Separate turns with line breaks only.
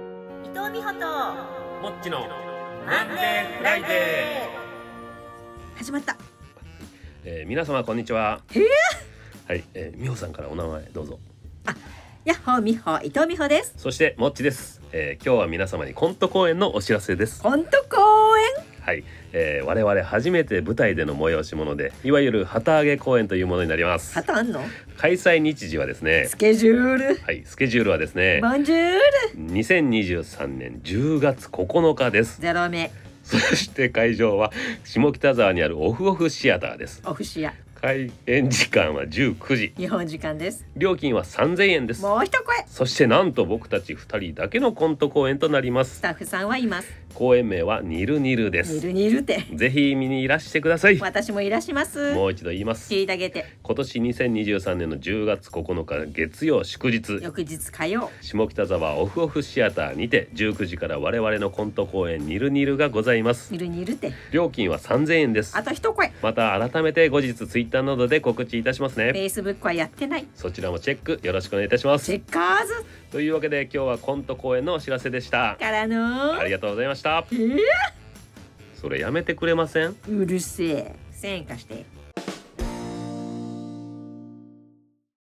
藤美穂と
もっちのマンデー
マンデーフ
フ
ラ
ラ
イ
イ
デ
デ
ー始まった
えー、皆様こんにちは。はい、えー、美穂さんからお名前どうぞ。
やっほーみほ伊藤美穂です
そしてもっちです。えー、今日は皆様にコント公演のお知らせです。
本当公演
はい、えー、我々初めて舞台での催し物で、いわゆる旗揚げ公演というものになります。
旗あんの
開催日時はですね、
スケジュール
はい、スケジュールはですね、
ボンジュール
2023年10月9日です。
ゼロ目
そして会場は下北沢にあるオフオフシアターです。
オフシア
開演時間は19時、
日本時間です
料金は3000円です。
もう一声
そしてなんと僕たち2人だけのコント公演となりま
ス
す
タッフさんはいます
公演名はニルニルで
に
す
るにるって
ぜひ見にいらしてください
私もいらします
もう一度言います
聞いてあげて
今年2023年の10月9日月曜祝日
翌日火曜
下北沢オフオフシアターにて19時から我々のコント公演ニルニルがございます
にるにるって
料金は3000円です
あと一声
また改めて後日ツイッターなどで告知いたしますね
Facebook はやってない
そちらもチェックよろしくお願いいたしま
チ
す
ェッカーズ
というわけで今日はコント公演のお知らせでした
からの
ありがとうございました
えー
それやめてくれません
うるせえせんかして